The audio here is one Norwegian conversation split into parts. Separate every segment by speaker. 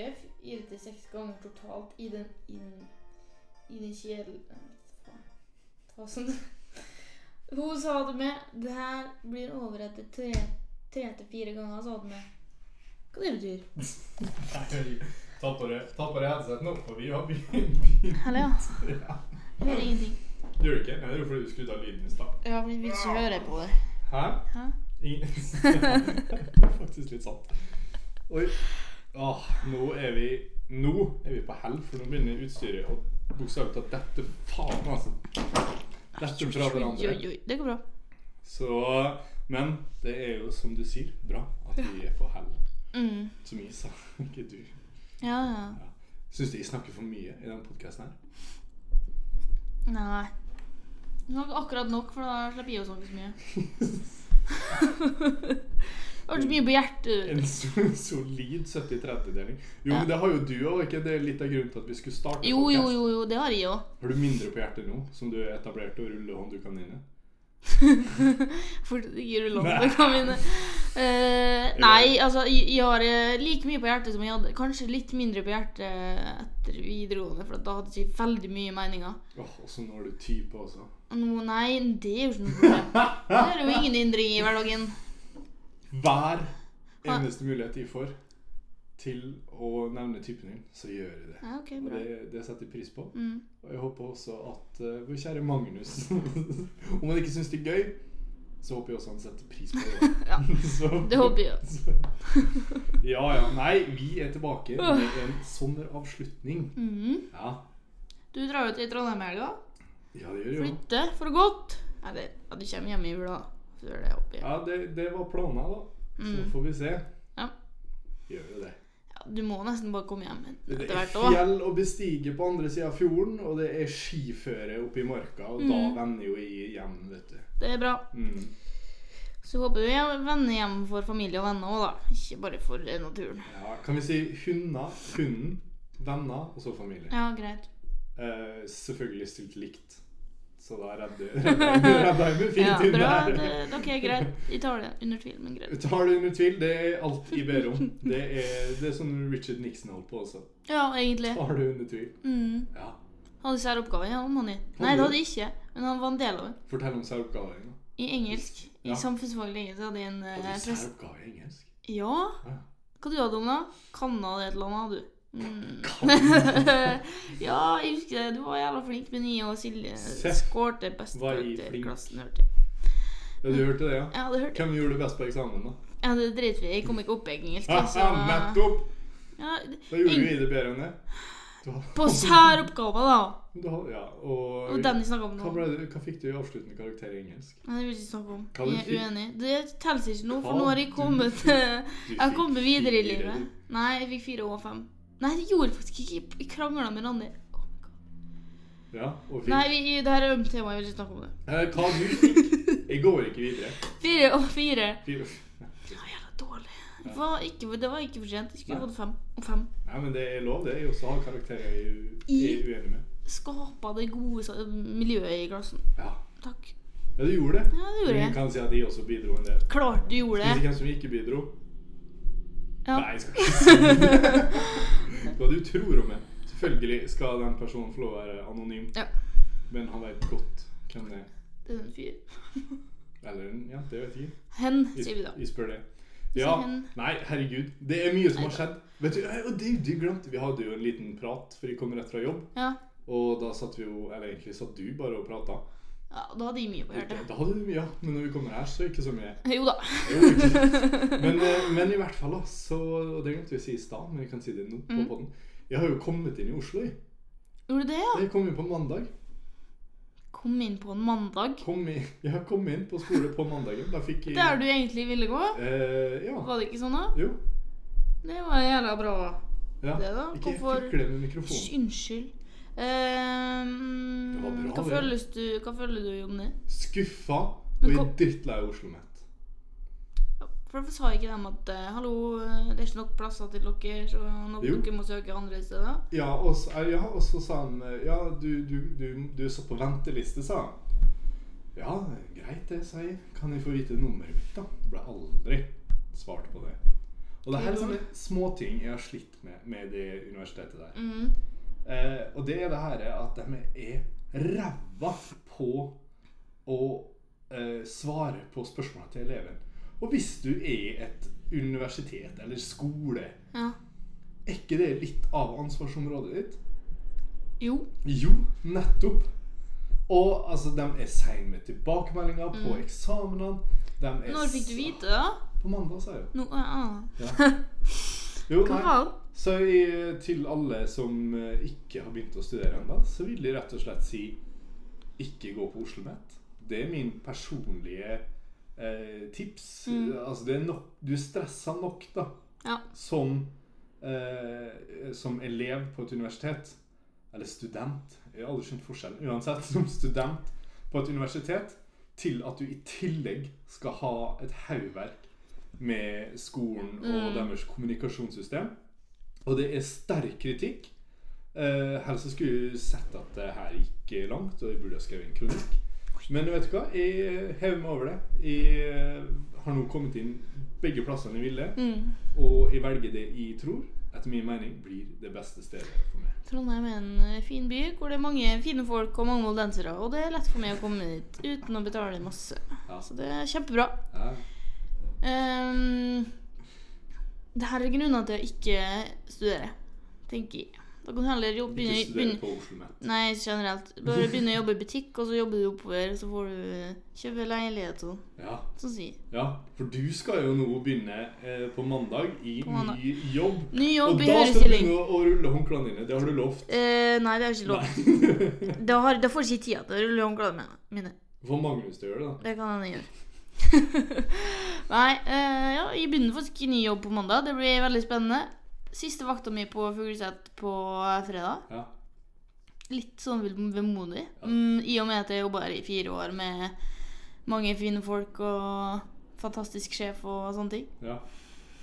Speaker 1: F gir det til seks ganger totalt i den in, initielle faen, fasen. Hun sa det med Det her blir overrettet tre tre til fire ganger, sa det med. Hva det betyr?
Speaker 2: Nei, Ta på deg ta på deg headset nå, for vi har begynt.
Speaker 1: Eller ja. Jeg hører ingenting.
Speaker 2: Gjør du ikke? Nei, det er jo fordi du skrudde av lyden i stad.
Speaker 1: Ja, vi vil ikke høre på det.
Speaker 2: Hæ?
Speaker 1: Hæ?
Speaker 2: Ingen Det er faktisk litt sant. Oi. Åh, nå er vi Nå er vi på hell, for nå begynner utstyret å bokstavelig talt dette faen, altså.
Speaker 1: Oi,
Speaker 2: Dette fra hverandre.
Speaker 1: oi, det går bra.
Speaker 2: Så Men det er jo, som du sier, bra at vi er på hell.
Speaker 1: Mm.
Speaker 2: Som jeg sa, ikke du.
Speaker 1: Ja, ja.
Speaker 2: Syns du jeg snakker for mye i denne podkasten her?
Speaker 1: Nei. Nok akkurat nok, for da slipper jeg å snakke så mye. Det var så mye på hjertet.
Speaker 2: En so- solid 70-30-deling. Jo,
Speaker 1: Ja.
Speaker 2: men det har jo du òg, ikke det er litt av grunnen til at vi skulle starte?
Speaker 1: Jo,
Speaker 2: podcast?
Speaker 1: jo, jo, jo, det har jeg òg.
Speaker 2: Har du mindre på hjertet nå, som du er etablert og ruller hånd du kan inn i?
Speaker 1: For det gir du lov
Speaker 2: Nei.
Speaker 1: til å vinne. Eh, nei, altså, jeg, jeg har eh, like mye på hjertet som jeg hadde. Kanskje litt mindre på hjertet etter videregående, for at da hadde jeg ikke veldig mye meninger.
Speaker 2: Åh, og så nå er du type også.
Speaker 1: Nå, nei, det er jo ikke noe problem. Det er jo ingen hindring i hverdagen.
Speaker 2: Hver eneste mulighet jeg får til å nevne typen din, så gjør jeg det.
Speaker 1: Ja, ok,
Speaker 2: Og
Speaker 1: bra.
Speaker 2: det, det setter jeg pris på.
Speaker 1: Mm.
Speaker 2: Og jeg håper også at eh, vår kjære Magnus Om han ikke syns det er gøy, så håper jeg også han setter pris på det.
Speaker 1: Ja,
Speaker 2: Så-
Speaker 1: det håper jeg.
Speaker 2: ja ja. Nei, vi er tilbake med en sånn sommeravslutning.
Speaker 1: Mhm.
Speaker 2: Ja,
Speaker 1: Du drar jo til Trondheim i helga.
Speaker 2: ja det gjør vi jo.
Speaker 1: Flytte for godt. Eller ja, du kommer hjem i jula. Før det er oppi.
Speaker 2: Ja, det, det var planen, da. Så
Speaker 1: Mm.
Speaker 2: får vi se.
Speaker 1: Ja.
Speaker 2: Gjør jo det.
Speaker 1: Ja, du må nesten bare komme hjem
Speaker 2: Det
Speaker 1: etter
Speaker 2: er
Speaker 1: hvert òg.
Speaker 2: fjell å bestige på andre sida av fjorden, og det er skiføre oppe i marka, og da
Speaker 1: Mm.
Speaker 2: vender jo jeg hjem, vet du.
Speaker 1: Det er bra.
Speaker 2: Mm.
Speaker 1: Så håper vi vender hjem for familie og venner òg, da. Ikke bare for eh, naturen.
Speaker 2: Ja, kan vi si hunder, hunden, venner og så familie?
Speaker 1: Ja, greit.
Speaker 2: Eh, selvfølgelig stilt likt. Så da redder redder jeg meg fint
Speaker 1: Ja,
Speaker 2: inn
Speaker 1: bra.
Speaker 2: der.
Speaker 1: Det, ok, greit. Italia under tvil, men greit.
Speaker 2: Tar det under tvil, det er alt jeg ber om. Det er, det er sånn Richard Nixon holdt på også.
Speaker 1: Ja, egentlig.
Speaker 2: Tar det under tvil.
Speaker 1: Mm.
Speaker 2: Ja.
Speaker 1: Hadde særoppgaven ja, om han i. Nei, det hadde jeg ikke. Men han var en del av den.
Speaker 2: Fortell om særoppgaven.
Speaker 1: I engelsk. I
Speaker 2: Ja.
Speaker 1: samfunnsfaglig engelsk hadde jeg en eh,
Speaker 2: Hadde du
Speaker 1: prest.
Speaker 2: særoppgave i engelsk?
Speaker 1: Ja?
Speaker 2: Ja.
Speaker 1: Hva du hadde om da? Kanna det et eller annet, du? Mm. ja, jeg husker det. Du var jævla flink med nye, og Silje
Speaker 2: Se.
Speaker 1: skårte best
Speaker 2: Var
Speaker 1: på
Speaker 2: jeg
Speaker 1: etter
Speaker 2: flink?
Speaker 1: klassen, hørte jeg.
Speaker 2: Ja, du hørte det, ja?
Speaker 1: Jeg hadde hørt det.
Speaker 2: Hvem gjorde det best på eksamen, da?
Speaker 1: Ja, det dreit vi i. Jeg kom ikke opp i engelsk.
Speaker 2: Ja,
Speaker 1: Så,
Speaker 2: nettopp!
Speaker 1: ja, det-
Speaker 2: Da gjorde vi det bedre enn det. Du har,
Speaker 1: på særoppgaver, da.
Speaker 2: du har, ja,
Speaker 1: Og
Speaker 2: og
Speaker 1: den vi snakka om
Speaker 2: hva,
Speaker 1: nå.
Speaker 2: ble det, hva fikk du i avsluttende karakter i engelsk?
Speaker 1: Nei, det vil jeg ikke snakke om.
Speaker 2: Hva du
Speaker 1: Jeg er
Speaker 2: fikk?
Speaker 1: uenig. Det teller ikke nå, for
Speaker 2: Hva
Speaker 1: nå har jeg
Speaker 2: du
Speaker 1: kommet
Speaker 2: fikk?
Speaker 1: Jeg
Speaker 2: Du
Speaker 1: har
Speaker 2: fikk
Speaker 1: kommet videre i
Speaker 2: fire.
Speaker 1: livet. Nei, jeg fikk fire og fem. Nei, det gjorde jeg faktisk ikke. Jeg krangla med Randi. Oh my God.
Speaker 2: Ja, og fikk.
Speaker 1: Nei, vi, det her er ømt tema. Jeg vil ikke snakke om det.
Speaker 2: Eh, Hva du fikk? Jeg går ikke videre.
Speaker 1: Fire og fire.
Speaker 2: Fire.
Speaker 1: Ja, jævla dårlig. Det var ikke, det var ikke for sent. Jeg skulle fått fem. Og fem.
Speaker 2: Nei, men det er lov, det. Jeg også har karakterer jeg er uenig med.
Speaker 1: Skapa det gode sa- miljøet i klassen.
Speaker 2: Ja,
Speaker 1: Takk.
Speaker 2: ja du gjorde det.
Speaker 1: Ja, det gjorde
Speaker 2: Ingen
Speaker 1: jeg.
Speaker 2: kan si at de også bidro en del.
Speaker 1: Klart du gjorde
Speaker 2: Skal vi si
Speaker 1: det.
Speaker 2: hvem som ikke bidro?
Speaker 1: Ja.
Speaker 2: Nei, jeg skal ikke si det. Hva du tror om det. Selvfølgelig skal den personen få lov å være anonym,
Speaker 1: Ja.
Speaker 2: men han vet godt hvem det er.
Speaker 1: Det er en fyr.
Speaker 2: Eller en jente, jeg vet ikke.
Speaker 1: Hen, sier vi
Speaker 2: Jeg,
Speaker 1: da.
Speaker 2: jeg spør det. Ja,
Speaker 1: hen.
Speaker 2: nei, herregud. Det er mye som har skjedd. Vet du, eh, og det, det glemte Vi hadde jo en liten prat, for jeg kom rett fra jobb.
Speaker 1: Ja.
Speaker 2: Og da satt vi jo Eller egentlig satt du bare og prata.
Speaker 1: ja. Da hadde jeg mye på hjertet.
Speaker 2: Da hadde du mye, ja. Men når vi kommer her, så ikke så mye.
Speaker 1: Jo da.
Speaker 2: Jo, ikke sant. men, eh, men i hvert fall, da, så Og det glemte vi å si i stad, men jeg kan si det nå. på
Speaker 1: Mm.
Speaker 2: podden. Jeg har jo kommet inn i Oslo. Jeg,
Speaker 1: Gjorde du det, ja?
Speaker 2: jeg kom inn på mandag.
Speaker 1: Kom inn på en mandag.
Speaker 2: Kom i, jeg har kommet inn på skole på mandagen. Da fikk jeg
Speaker 1: Der du egentlig ville gå.
Speaker 2: Eh, ja.
Speaker 1: Var det ikke sånn, da?
Speaker 2: Jo.
Speaker 1: Det var jævla bra.
Speaker 2: Ja.
Speaker 1: Det da,
Speaker 2: Ikke
Speaker 1: hvorfor-
Speaker 2: fikle med mikrofonen.
Speaker 1: Hysj, Unnskyld. Ehm,
Speaker 2: Det var bra,
Speaker 1: hva,
Speaker 2: det.
Speaker 1: føles du, hva føler du om det?
Speaker 2: Skuffa og
Speaker 1: Men
Speaker 2: jeg
Speaker 1: kom-
Speaker 2: er drittlei av Oslo Met.
Speaker 1: For Hvorfor sa ikke dem at eh, hallo, eh, det er ikke nok plasser til dere, så nok
Speaker 2: Jo.
Speaker 1: dere må søke andre steder?
Speaker 2: Ja, og så, eh, ja, og så sa han eh, Ja, du, du, du, du er satt på venteliste, sa han. Ja, greit det, sa jeg. Kan jeg få vite nummeret mitt, da? Det ble aldri svart på det. Og det her er sånne småting jeg har slitt med med det universitetet der.
Speaker 1: Mm.
Speaker 2: Eh, og det er det her at de er ræva på å eh, svare på spørsmålene til eleven. Og hvis du er et universitet eller skole,
Speaker 1: Ja.
Speaker 2: er ikke det litt av ansvarsområdet ditt?
Speaker 1: Jo.
Speaker 2: Jo, nettopp. Og altså, de er seine med tilbakemeldinger på
Speaker 1: Mm.
Speaker 2: eksamenene. De er
Speaker 1: Når fikk du vite det? da?
Speaker 2: På mandag, sa jeg jo.
Speaker 1: Nå, ah.
Speaker 2: Ja. Jo,
Speaker 1: Hva
Speaker 2: nei.
Speaker 1: faen?
Speaker 2: Så jeg, til alle som eh, ikke har begynt å studere ennå, så vil jeg rett og slett si ikke gå på Oslo OsloMet. Det er min personlige eh, tips.
Speaker 1: Mm.
Speaker 2: Altså, det er nok, du er stressa nok, da,
Speaker 1: Ja.
Speaker 2: som, eh, som elev på et universitet. Eller student. Jeg har aldri skjønt forskjellen. Uansett, som student på et universitet til at du i tillegg skal ha et haugverk med skolen og
Speaker 1: Mm.
Speaker 2: deres kommunikasjonssystem. Og det er sterk kritikk. Eh, helst så skulle jeg sett at det her gikk eh, langt, og jeg burde ha skrevet en kronikk. Men vet du hva? Jeg hever meg over det. Jeg eh, har nå kommet inn begge plassene jeg ville,
Speaker 1: Mm.
Speaker 2: og jeg velger det jeg tror, etter min mening, blir det beste stedet for meg.
Speaker 1: Trondheim er en eh, fin by hvor det er mange fine folk og mange moldensere. Og det er lett for meg å komme dit uten å betale masse.
Speaker 2: Ja.
Speaker 1: Så det er kjempebra.
Speaker 2: Ja.
Speaker 1: Um, det her er grunnen til å ikke studere, tenker jeg. Da kan du heller jobbe,
Speaker 2: Ikke
Speaker 1: begynne,
Speaker 2: studere
Speaker 1: begynne
Speaker 2: på Oslo Met.
Speaker 1: Nei, generelt. Bare begynne å jobbe i butikk, og så jobber du oppover. Så får du eh, kjøpe leilighet og
Speaker 2: Ja.
Speaker 1: sånn. Si.
Speaker 2: ja, for du skal jo nå begynne eh, på mandag i
Speaker 1: På mandag.
Speaker 2: ny jobb.
Speaker 1: Ny
Speaker 2: Og
Speaker 1: jobb i
Speaker 2: da skal du
Speaker 1: hørestilling.
Speaker 2: begynne å, å rulle håndklærne dine. Det har du lovt.
Speaker 1: Eh, nei, det har jeg ikke lov
Speaker 2: Nei.
Speaker 1: Da, har, da får jeg ikke tida til å rulle håndklærne mine.
Speaker 2: Får Magnus til å gjøre det, da.
Speaker 1: Det kan hende jeg gjør. nei, eh, ja, jeg begynner faktisk i ny jobb på mandag. Det blir veldig spennende. Siste vakta mi på Fugleseth på eh, fredag.
Speaker 2: Ja.
Speaker 1: Litt sånn vel- vemodig. Mm, I og med at jeg jobba her i fire år med mange fine folk og fantastisk sjef og sånne ting.
Speaker 2: ja.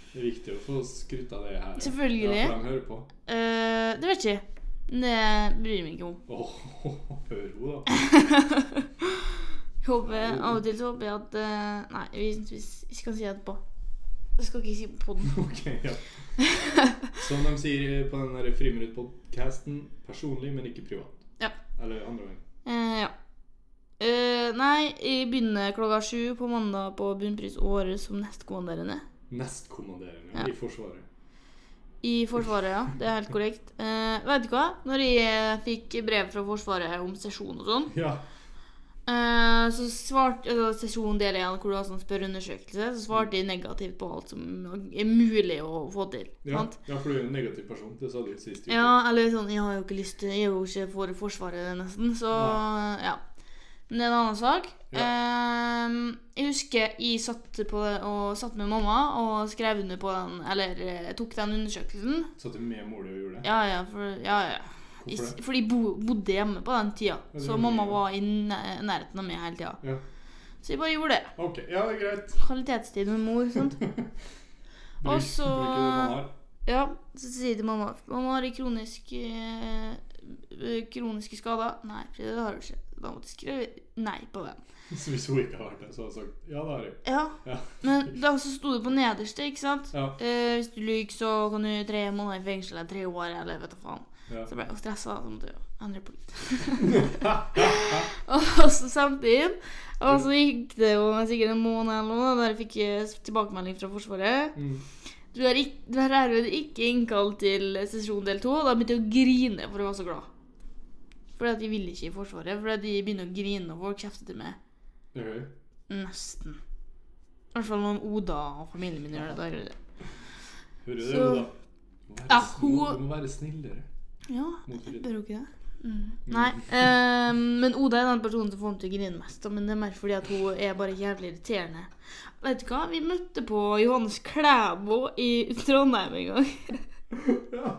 Speaker 2: Det er viktig å få skrytt av det her.
Speaker 1: Selvfølgelig.
Speaker 2: Ja, for de hører på.
Speaker 1: Eh, det vet jeg ikke. Det bryr jeg meg ikke om.
Speaker 2: Åh, hør hun, da.
Speaker 1: Jeg Håper, av og til så håper jeg at eh, Nei, vi, vi, vi skal si det etterpå. Jeg skal ikke si det på den.
Speaker 2: Ok, ja. Som de sier på den der Friminutt-podcasten, personlig, men ikke privat.
Speaker 1: Ja.
Speaker 2: Eller andre veien.
Speaker 1: Eh, ja. Eh, nei, jeg begynner klokka sju på mandag på Bunnpris Åre som nestkommanderende.
Speaker 2: Nestkommanderende
Speaker 1: Ja.
Speaker 2: i Forsvaret.
Speaker 1: I Forsvaret, ja. Det er helt korrekt. Eh, vet du hva? Når jeg fikk brev fra Forsvaret om sesjon og sånn,
Speaker 2: Ja.
Speaker 1: eh, så svarte altså, Sesjon del én, hvor du har sånn spørreundersøkelse, så svarte jeg negativt på alt som er mulig å få til.
Speaker 2: Ja.
Speaker 1: Sant?
Speaker 2: ja, for du er jo en negativ person. Det sa du sist uke.
Speaker 1: Ja, eller sånn Jeg har jo ikke lyst til Jeg er jo ikke for Forsvaret, nesten, så ja. Men det er en annen sak.
Speaker 2: Ja.
Speaker 1: Ehm, jeg husker jeg satt, på, og satt med mamma og skrev under på den Eller eh, tok den undersøkelsen.
Speaker 2: Satt du med mor di og gjorde det?
Speaker 1: Ja, ja, for, ja, ja. I,
Speaker 2: Hvorfor det?
Speaker 1: fordi jeg bo, bodde hjemme på den tida,
Speaker 2: Ja, det
Speaker 1: så
Speaker 2: gjorde
Speaker 1: mamma
Speaker 2: jeg.
Speaker 1: var i næ- nærheten av meg hele tida.
Speaker 2: Ja.
Speaker 1: Så jeg bare gjorde det.
Speaker 2: Ok, ja, det er greit.
Speaker 1: Kvalitetstid med mor. sant? Og
Speaker 2: Bruk-
Speaker 1: så-
Speaker 2: bruk det man har.
Speaker 1: Ja, så sier jeg til mamma Mamma har kronisk eh, eh, Kroniske skader Nei, for det har hun ikke Da måtte jeg skrive nei på den
Speaker 2: Så hvis hun ikke har vært det, så har hun sagt ja, det har jeg.
Speaker 1: Ja,
Speaker 2: Ja.
Speaker 1: men da så sto det på nederste, ikke sant?
Speaker 2: Ja.
Speaker 1: Eh, hvis du lyger så kan du tre måneder i fengsel Eller tre år, eller vet du faen
Speaker 2: Ja.
Speaker 1: Så ble jeg jo stresset da, så måtte jeg jo endre på litt Og så sendte jeg inn Og så gikk det jo sikkert en måned eller noe Der jeg fikk jeg tilbakemelding fra forsvaret
Speaker 2: Mm.
Speaker 1: Du er, ikk, du er herved ikke innkalt til sesjon del to. og Da begynte jeg å grine, for jeg var så glad. Fordi at de ville ikke i Forsvaret. Fordi at de begynner å grine, og folk kjefter til meg.
Speaker 2: Ok.
Speaker 1: Nesten. I hvert fall når Oda og familien min gjør det. Da gjør jeg det.
Speaker 2: Hører du det,
Speaker 1: Så-
Speaker 2: Oda? Du må være
Speaker 1: Ja,
Speaker 2: sn-
Speaker 1: hun-
Speaker 2: Du må være snillere.
Speaker 1: Ja,
Speaker 2: mot
Speaker 1: jeg
Speaker 2: Frida.
Speaker 1: bør jo ikke det. Mm. Nei, eh, men Oda er den personen som får meg til å grine mest. da, Men det er mer fordi at hun er bare jævlig irriterende. Vet du hva? Vi møtte på Johannes Klæbo i Trondheim en gang.
Speaker 2: Ja.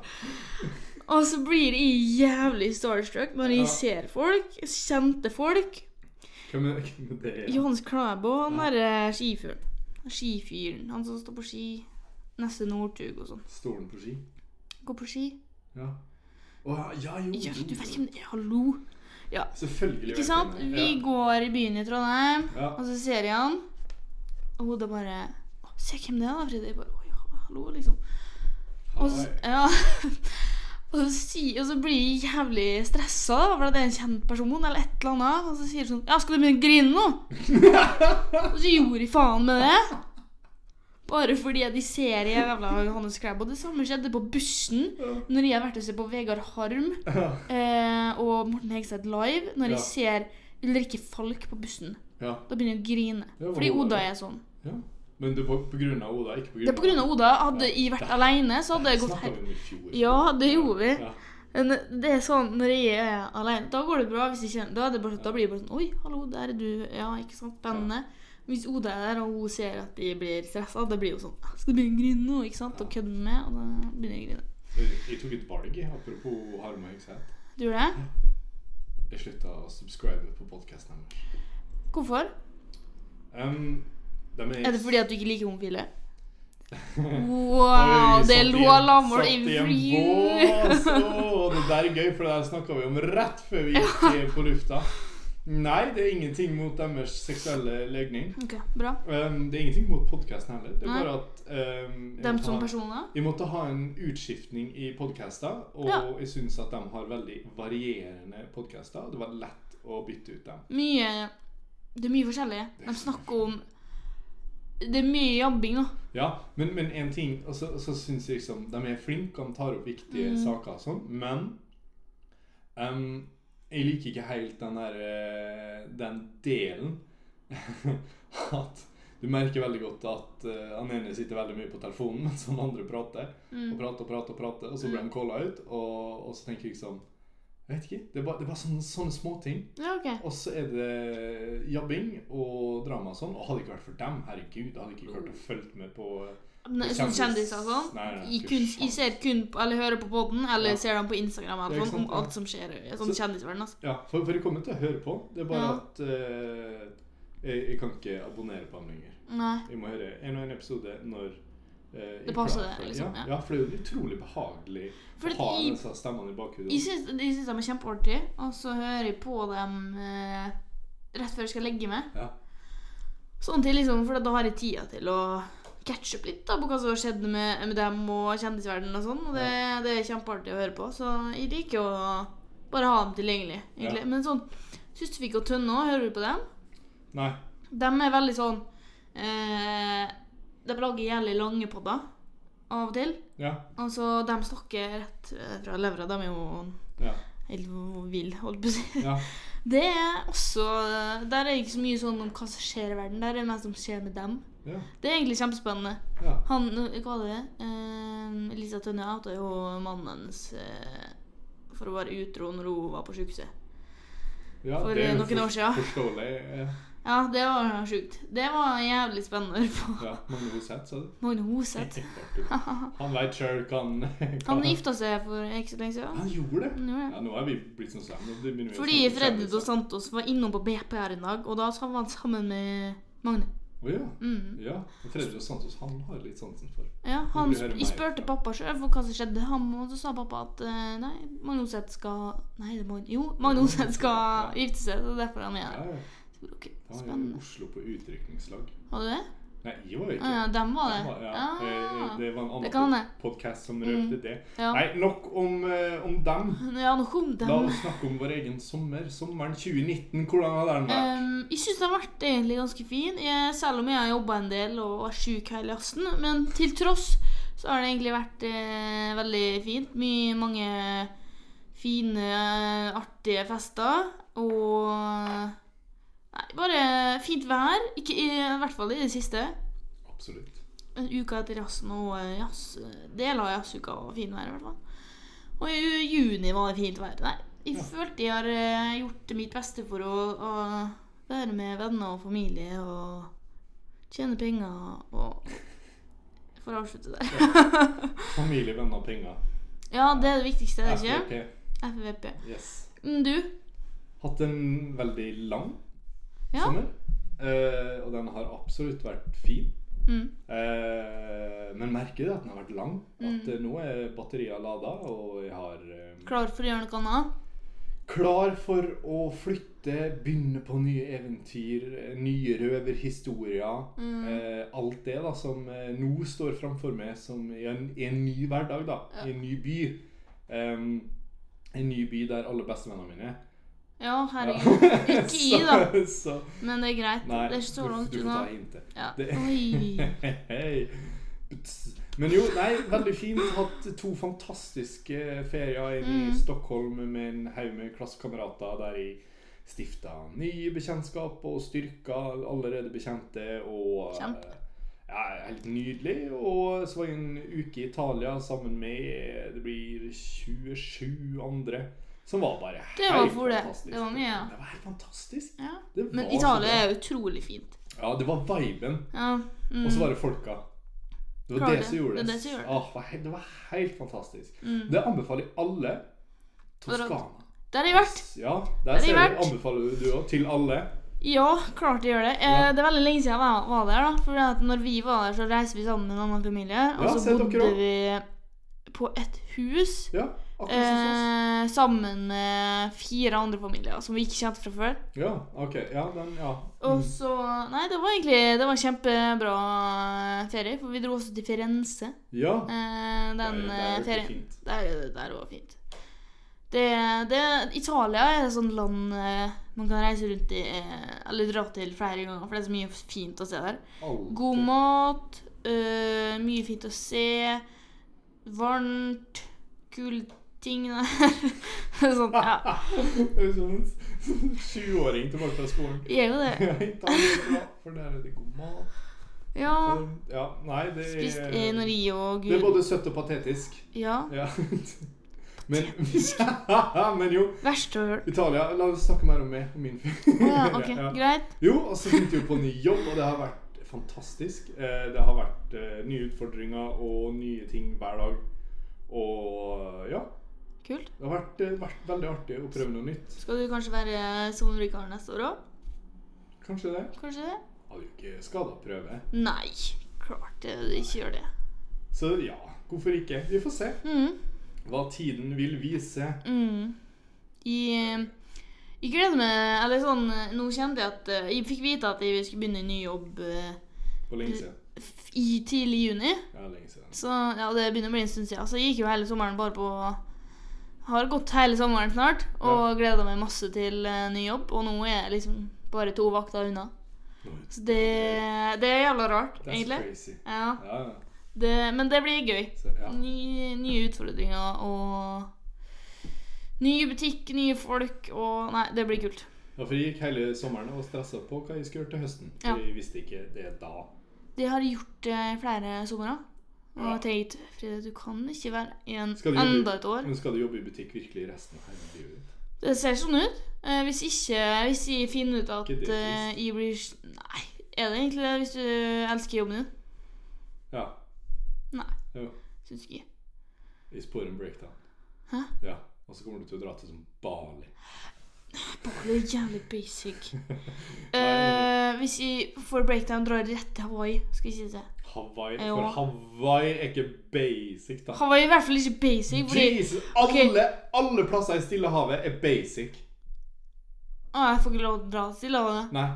Speaker 1: Og så blir jeg jævlig starstruck når jeg
Speaker 2: Ja.
Speaker 1: ser folk, kjente folk.
Speaker 2: Hvem er hvem er det?
Speaker 1: Johannes Klæbo, han
Speaker 2: Ja.
Speaker 1: derre skifyren. Skifyren. Han som står på ski. Neste Northug og sånn.
Speaker 2: Står han på ski?
Speaker 1: Går på ski.
Speaker 2: Ja. Å ja, ja, jo.
Speaker 1: Ja,
Speaker 2: jo,
Speaker 1: du vet
Speaker 2: jo.
Speaker 1: hvem det er? Hallo! Ikke
Speaker 2: Selvfølgelig. vet jeg
Speaker 1: sant?
Speaker 2: hvem det
Speaker 1: Vi
Speaker 2: er.
Speaker 1: går i byen i Trondheim,
Speaker 2: Ja.
Speaker 1: og så ser jeg han. Og hodet bare Å, Se hvem det er, da, Fredrik. Jeg Bare, Oi, hallo, liksom. Og så,
Speaker 2: Halloi.
Speaker 1: ja. og, så sier, og så blir jeg jævlig stressa da, for at det er en kjent person eller et eller annet. Og så sier du sånn Ja, skal du begynne å grine nå? og så gjorde jeg faen med det. Bare fordi at de ser i jævla Johannes Klæbo. Det samme skjedde på bussen når jeg har vært og sett på Vegard Harm
Speaker 2: Ja.
Speaker 1: eh, og Morten Hegseth live. Når
Speaker 2: Ja.
Speaker 1: jeg ser Ulrikke Falk på bussen.
Speaker 2: ja.
Speaker 1: Da begynner jeg å grine.
Speaker 2: Ja,
Speaker 1: Fordi
Speaker 2: hva-
Speaker 1: Oda er sånn.
Speaker 2: ja. Men det var på grunn av Oda, ikke på grunn
Speaker 1: Det er på grunn av Oda. Hadde jeg vært alene, så hadde jeg gått
Speaker 2: Snakket
Speaker 1: helt
Speaker 2: vi om i fjor.
Speaker 1: Ja, det gjorde vi.
Speaker 2: Ja.
Speaker 1: Men det er sånn når jeg er alene, da går det bra. Hvis jeg kjenner, da, er det bare, da blir det bare sånn Oi, hallo, der er du. Ja, ikke sant? Spennende. Hvis Oda er der, og hun ser at jeg blir stressa, det blir jo sånn «Ah, Skal du begynne å grine nå? Ikke sant? Og kødde med, og da begynner jeg å grine.
Speaker 2: Jeg tok et valg, jeg, apropos Harma Hegseth.
Speaker 1: Du gjør det?
Speaker 2: Jeg slutta å subscribe på podkasten hennes.
Speaker 1: Hvorfor?
Speaker 2: Um, de
Speaker 1: Er det fordi at du ikke liker homofile?
Speaker 2: Oi,
Speaker 1: Wow, det
Speaker 2: satt i
Speaker 1: lå
Speaker 2: en-
Speaker 1: lammer i
Speaker 2: satt i en
Speaker 1: vri.
Speaker 2: bås. Å, Det der er gøy, for det der snakka vi om rett før vi gikk på lufta. Nei, det er ingenting mot deres seksuelle legning.
Speaker 1: Ok, bra.
Speaker 2: Um, det er ingenting mot podkasten heller. Det er
Speaker 1: Nei.
Speaker 2: bare at um, jeg
Speaker 1: Dem
Speaker 2: måtte
Speaker 1: som
Speaker 2: ha-
Speaker 1: personer?
Speaker 2: vi måtte ha en utskiftning i podkaster, og
Speaker 1: Ja.
Speaker 2: jeg syns at de har veldig varierende podkaster. Det var lett å bytte ut dem.
Speaker 1: Mye Det er mye forskjellig. De snakker om Det er mye jabbing, da.
Speaker 2: Ja, men, men en ting Og så, så syns jeg liksom De er flinke, de tar opp viktige
Speaker 1: Mm.
Speaker 2: saker og sånn, men em, Jeg liker ikke helt den der eh, Den delen at du merker veldig godt at eh, han ene sitter veldig mye på telefonen mens han andre prater. Og
Speaker 1: Mm.
Speaker 2: prater og prater, og prater, og så blir han calla ut. Og, og så tenker jeg liksom Jeg vet ikke. Det er bare, det er bare sånne, sånne småting.
Speaker 1: Ja, ok.
Speaker 2: Og så er det jabbing og drama og sånn. Og hadde det ikke vært for dem, herregud, jeg hadde ikke klart
Speaker 1: Mm.
Speaker 2: å følge med på eh,
Speaker 1: Ne- Sånn kjendiser og sånn.
Speaker 2: Nei, nei,
Speaker 1: I
Speaker 2: ikke
Speaker 1: kun,
Speaker 2: sjans.
Speaker 1: jeg ser kun på, eller hører på podden, eller
Speaker 2: Ja.
Speaker 1: ser dem på Instagram eller
Speaker 2: Ja, ikke
Speaker 1: sånn, om
Speaker 2: sant, ja.
Speaker 1: alt som skjer i sånn
Speaker 2: Så-
Speaker 1: kjendisverden. Altså.
Speaker 2: Ja, for, for jeg kommer til å høre på. Det er bare
Speaker 1: Ja.
Speaker 2: at eh, jeg, jeg kan ikke abonnere på dem lenger.
Speaker 1: Nei.
Speaker 2: Jeg må høre en og en episode når eh, jeg
Speaker 1: Det passer
Speaker 2: klarer
Speaker 1: det,
Speaker 2: for
Speaker 1: liksom,
Speaker 2: Ja,
Speaker 1: ja.
Speaker 2: ja, for det er jo utrolig behagelig
Speaker 1: For
Speaker 2: å ha
Speaker 1: i-
Speaker 2: disse stemmene i bakhodet.
Speaker 1: Jeg syns de syns de er kjempeartige, og så hører jeg på dem eh, rett før jeg skal legge meg.
Speaker 2: Ja.
Speaker 1: Sånn til liksom, for da har jeg tida til å catche opp litt da, på hva som har skjedd med, med dem og kjendisverdenen og sånn. Og det, det er kjempeartig å høre på. Så jeg liker å bare ha dem tilgjengelig, egentlig.
Speaker 2: Ja.
Speaker 1: Men sånn Sustvik og Tønne òg, hører du på dem?
Speaker 2: Nei.
Speaker 1: De er veldig sånn eh, De lager jævlig lange podder av og til.
Speaker 2: Ja.
Speaker 1: Altså, de snakker rett eh, fra levra. De er jo
Speaker 2: Ja.
Speaker 1: helt ville, holdt på å si.
Speaker 2: ja.
Speaker 1: Det er også eh, Der er ikke så mye sånn om hva som skjer i verden. Der er det mest som skjer med dem.
Speaker 2: Ja.
Speaker 1: Det er egentlig kjempespennende.
Speaker 2: ja.
Speaker 1: Han eh, Hva var det? Eh, Lisa Tønne outa jo mannen hennes eh, for å være utro når hun var på sjukehuset.
Speaker 2: ja.
Speaker 1: For,
Speaker 2: det er
Speaker 1: eh,
Speaker 2: jo
Speaker 1: noen år siden.
Speaker 2: Forståelig. eh,
Speaker 1: Ja, det var sjukt. Det var jævlig spennende å høre på.
Speaker 2: Ja. Mange har sett, sa du?
Speaker 1: Magne Hoseth.
Speaker 2: Han veit sjøl hva han
Speaker 1: Han gifta seg for ikke så lenge siden.
Speaker 2: Han gjorde det?
Speaker 1: Han gjorde det.
Speaker 2: Ja, nå er vi blitt sånn sammen. nå begynner vi å
Speaker 1: Fordi
Speaker 2: snakke om
Speaker 1: Freddy
Speaker 2: kjendiser.
Speaker 1: Dos Santos var innom på BP her en dag, og da sa- var han sammen med Magne.
Speaker 2: Å ja.
Speaker 1: Mm.
Speaker 2: Ja, og Fredrik og Santos han har litt sansen for.
Speaker 1: Ja, han
Speaker 2: vil høre
Speaker 1: sp
Speaker 2: meg.
Speaker 1: spurte pappa sjøl for hva som skjedde ham, og så sa pappa at eh, nei, Magne Hoseth skal Nei, det er Magne. Jo, Magne Hoseth skal gifte seg, så derfor er han med
Speaker 2: Ja,
Speaker 1: her.
Speaker 2: ja.
Speaker 1: Så bare, Ok,
Speaker 2: Han er i
Speaker 1: spennende.
Speaker 2: Oslo på utrykningslag.
Speaker 1: Hadde du det?
Speaker 2: Nei, jeg var jo
Speaker 1: Å
Speaker 2: ikke
Speaker 1: ja, dem var
Speaker 2: Jeg var-
Speaker 1: det.
Speaker 2: ja. eh,
Speaker 1: Ah.
Speaker 2: Det var en
Speaker 1: Det kan
Speaker 2: annen
Speaker 1: hende.
Speaker 2: podkast som røpte det.
Speaker 1: Ja.
Speaker 2: Nei, nok om, eh, om dem.
Speaker 1: Ja, nå kom
Speaker 2: La
Speaker 1: dem.
Speaker 2: oss snakke om vår egen sommer. Sommeren 2019, hvordan har den vært?
Speaker 1: Ehm, jeg syns den har vært egentlig ganske fin, jeg, selv om jeg har jobba en del og var sjuk hele høsten. Men til tross så har det egentlig vært eh, veldig fint. Mye, mange fine, eh, artige fester. Og eh, Nei, bare fint vær. Ikke, i, I hvert fall i det siste.
Speaker 2: Absolutt.
Speaker 1: En uke etter jazzen og eh, jazz Del av jazzuka var fin vær, i hvert fall. Og i juni var det fint vær. Nei, jeg
Speaker 2: Ja.
Speaker 1: følte jeg har eh, gjort mitt beste for å, å være med venner og familie og tjene penger og For å avslutte der.
Speaker 2: Familie, venner, penger.
Speaker 1: Ja, det er det viktigste, er det ikke?
Speaker 2: FVP.
Speaker 1: FVP.
Speaker 2: Yes.
Speaker 1: Mm, Du?
Speaker 2: Hatt en veldig lang
Speaker 1: Ja.
Speaker 2: sommer. Eh, og den har absolutt vært fin.
Speaker 1: Mm.
Speaker 2: Eh, men merker det at den har vært lang. At eh, nå er batteriet lada, og jeg har eh,
Speaker 1: Klar for å gjøre noe annet?
Speaker 2: klar for å flytte Dette begynner på nye eventyr, eh, nye røverhistorier.
Speaker 1: Mm.
Speaker 2: Eh, alt det da som eh, nå står framfor meg som i en, i en ny hverdag, da. I en ny by. Em, en ny by der alle bestevennene mine er.
Speaker 1: Ja, herregud.
Speaker 2: Ja.
Speaker 1: Ikke i, da.
Speaker 2: Så, så,
Speaker 1: Men det er greit.
Speaker 2: nei,
Speaker 1: det er ikke så
Speaker 2: du-
Speaker 1: langt
Speaker 2: du får
Speaker 1: unna.
Speaker 2: ta hintet.
Speaker 1: Ja.
Speaker 2: Det-
Speaker 1: Oi.
Speaker 2: Hei. Pts. Men jo, nei, veldig fint. Hatt to fantastiske ferier inn i
Speaker 1: Mm.
Speaker 2: Stockholm med en haug med klassekamerater der jeg stifta nye bekjentskap og styrka allerede bekjente. Og eh,
Speaker 1: Kjempe.
Speaker 2: ja, helt nydelig. Og så var jeg en uke i Italia sammen med det blir 27 andre. Som var bare
Speaker 1: Det var
Speaker 2: helt
Speaker 1: for det.
Speaker 2: fantastisk.
Speaker 1: Det var mye, ja.
Speaker 2: Det var helt fantastisk.
Speaker 1: Ja.
Speaker 2: Det var
Speaker 1: Men
Speaker 2: så
Speaker 1: Italia
Speaker 2: bra.
Speaker 1: er utrolig fint.
Speaker 2: Ja, det var viben.
Speaker 1: Ja.
Speaker 2: Og så
Speaker 1: Mm.
Speaker 2: var det folka. Det var
Speaker 1: Klart
Speaker 2: det som
Speaker 1: det.
Speaker 2: gjorde det.
Speaker 1: Det er det som gjorde det.
Speaker 2: Åh, var he- det var helt fantastisk.
Speaker 1: Mm.
Speaker 2: Det anbefaler jeg alle. Toskana.
Speaker 1: Der har jeg vært.
Speaker 2: Ja,
Speaker 1: er
Speaker 2: der ser jeg
Speaker 1: verdt.
Speaker 2: anbefaler du det også til alle.
Speaker 1: Ja, klart jeg gjør det. Eh,
Speaker 2: Ja.
Speaker 1: Det er veldig lenge siden jeg var- var der. da For at når vi var der, så reiste vi sammen med en annen familie. Og
Speaker 2: Ja, se
Speaker 1: så
Speaker 2: dere
Speaker 1: bodde
Speaker 2: også.
Speaker 1: vi på et hus
Speaker 2: Ja, akkurat sånn som oss.
Speaker 1: eh, sammen med fire andre familier som vi ikke kjente fra før.
Speaker 2: Ja, ok. Ja, den, ja.
Speaker 1: Og
Speaker 2: Mm.
Speaker 1: så Nei, det var egentlig Det var kjempebra ferie, for vi dro også til Firenze.
Speaker 2: Ja,
Speaker 1: Eh,
Speaker 2: det er-
Speaker 1: den
Speaker 2: det
Speaker 1: eh,
Speaker 2: er veldig
Speaker 1: ferien.
Speaker 2: fint.
Speaker 1: Der, der var fint. Det, det, Italia er et sånt land eh, man kan reise rundt i eh, eller dra til flere ganger, for det er så mye fint å se der.
Speaker 2: Alt.
Speaker 1: God mat, eh, mye fint å se, varmt, kule ting der. sånn, ja.
Speaker 2: Det er jo som en sånn 20-åring tilbake fra skolen.
Speaker 1: Det er jo det.
Speaker 2: Ja, Italia, ja, for der er det god mat.
Speaker 1: Ja.
Speaker 2: Og- Ja, nei, det er
Speaker 1: Ah. Spist eneri og
Speaker 2: Det er
Speaker 1: gul.
Speaker 2: både søtt og patetisk.
Speaker 1: Ja.
Speaker 2: Ja. Men, men jo,
Speaker 1: Verst å høre.
Speaker 2: Italia La oss snakke mer om meg og min fyr.
Speaker 1: Å ja, ok, greit.
Speaker 2: Jo, og så begynte jeg på ny jobb, og det har vært fantastisk. Eh, Det har vært eh, nye utfordringer og nye ting hver dag. Og ja.
Speaker 1: Kult.
Speaker 2: Det har vært, eh, vært veldig artig å prøve noe nytt.
Speaker 1: Skal du kanskje være sonevikar neste år òg?
Speaker 2: Kanskje det.
Speaker 1: Kanskje det?
Speaker 2: Har du ikke skada prøve?
Speaker 1: Nei, klart det. Du ikke gjør det.
Speaker 2: Så ja, hvorfor ikke? Vi får se
Speaker 1: Mm.
Speaker 2: hva tiden vil vise.
Speaker 1: Mm. Jeg, jeg gleder meg Eller sånn Nå kjente jeg at eh, Jeg fikk vite at jeg skulle begynne i ny jobb eh,
Speaker 2: Hvor lenge siden?
Speaker 1: f- i tidlig juni.
Speaker 2: Ja, lenge siden.
Speaker 1: Så ja, det begynner å bli en stund siden. Så jeg gikk jo hele sommeren bare på Har gått hele sommeren snart og gleda meg masse til eh, ny jobb. Og nå er jeg liksom bare to vakter unna. Så det, det er jævla rart,
Speaker 2: That's
Speaker 1: egentlig.
Speaker 2: crazy.
Speaker 1: Ja,
Speaker 2: Ja, ja.
Speaker 1: det, men det blir gøy.
Speaker 2: Så, ja.
Speaker 1: Ny, nye utfordringer og Nye butikk, nye folk og Nei, det blir kult.
Speaker 2: Ja, for jeg gikk hele sommeren og stressa på hva jeg skulle gjøre til høsten.
Speaker 1: Ja.
Speaker 2: For jeg visste ikke det da.
Speaker 1: Det har jeg gjort eh, i flere somre. Og
Speaker 2: Ja.
Speaker 1: jeg tenkte Frida, du kan ikke være igjen
Speaker 2: Skal du jobbe-
Speaker 1: enda et år.
Speaker 2: Men skal du jobbe i butikk virkelig resten av hele livet? ditt?
Speaker 1: Det ser sånn ut. Eh, hvis ikke Hvis jeg finner ut at
Speaker 2: Ikke det
Speaker 1: eh, jeg blir s- Nei, er det egentlig det? Hvis du elsker jobben din?
Speaker 2: Ja.
Speaker 1: Nei.
Speaker 2: Jo.
Speaker 1: Syns ikke.
Speaker 2: I sporen breakdown.
Speaker 1: Hæ?
Speaker 2: Ja. Og så kommer du til å dra til som Bali.
Speaker 1: Bare det er jævlig basic. Eh, hvis jeg får breakdown, drar rett til Hawaii. Skal jeg si det?
Speaker 2: Hawaii.
Speaker 1: Jo.
Speaker 2: For Hawaii er ikke basic, da.
Speaker 1: Hawaii er i hvert fall ikke basic. Fordi
Speaker 2: Jesus! Alle,
Speaker 1: Ok.
Speaker 2: alle plasser i Stillehavet er basic.
Speaker 1: Å, jeg får ikke lov til å dra til Stillehavet.
Speaker 2: Nei.